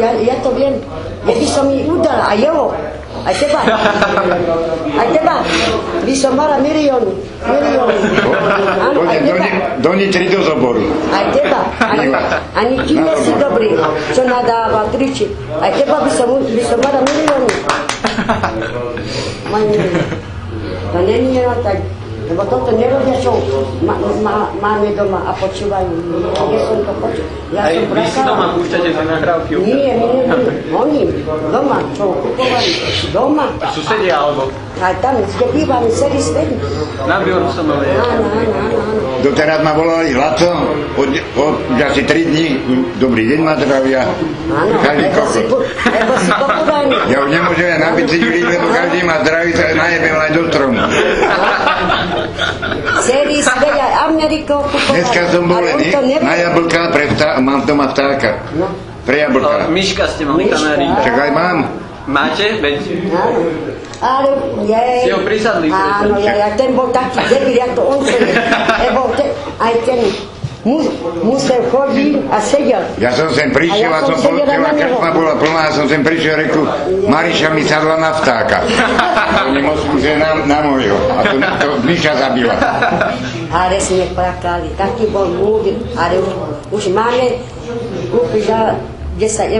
Ja, ja to viem, ja by som jej udala, a jeho, aj teba. Aj teba. By som mala milióny, milióny. Áno, aj Poďme do, teba. Oh, ni- do Nitry do zoboru. Aj teba. Ani, ani ty nie si dobrý, čo nadáva, kričí. Aj teba by som, by som mala milióny. Moje milióny. To není jenom ya, tak, lebo toto nerobia, čo ma, ma, máme doma a počúvajú. Ja som to počul. Ja Aj som vy si pracovala. doma púšťate tie nahrávky? Nie, my nebudú. Oni doma, čo kupovali, doma. Susedia alebo A tam, kde bývame, celý svet. na Bjorn som Áno, áno, áno, áno. Doteraz ma volali Laco, od, od asi 3 dní, dobrý deň ma zdravia. Áno, Každý lebo si, kokot. bu- lebo si popúdaný. Ja už nemôžem aj na bici živiť, lebo každý ma zdraví, sa najebel aj do stromu. Celý svet, aj Ameriko kupovali. Dneska som bol Ale len on to nebude. na jablka, pre vtá, mám doma vtáka. No, Pre jablka. Myška ste mali Myška. kanárika. Čak aj mám. Máte? Veď áno. Ale jej. Si ho prisadli, Áno, ja, ja ten bol taký debil, ja to on sedel. Lebo te, aj ten mu, musel chodil a sedel. Ja som sem prišiel A ja a som som sedela bol, na celá neho. krčma bola plná a som sem prišiel a reku, Mariša mi sadla na vtáka. Oni moc že na, na mojho. A to, to Miša zabila. Ale sme plakali, taký bol múdry, ale už, už máme, kúpiš za 10 eur.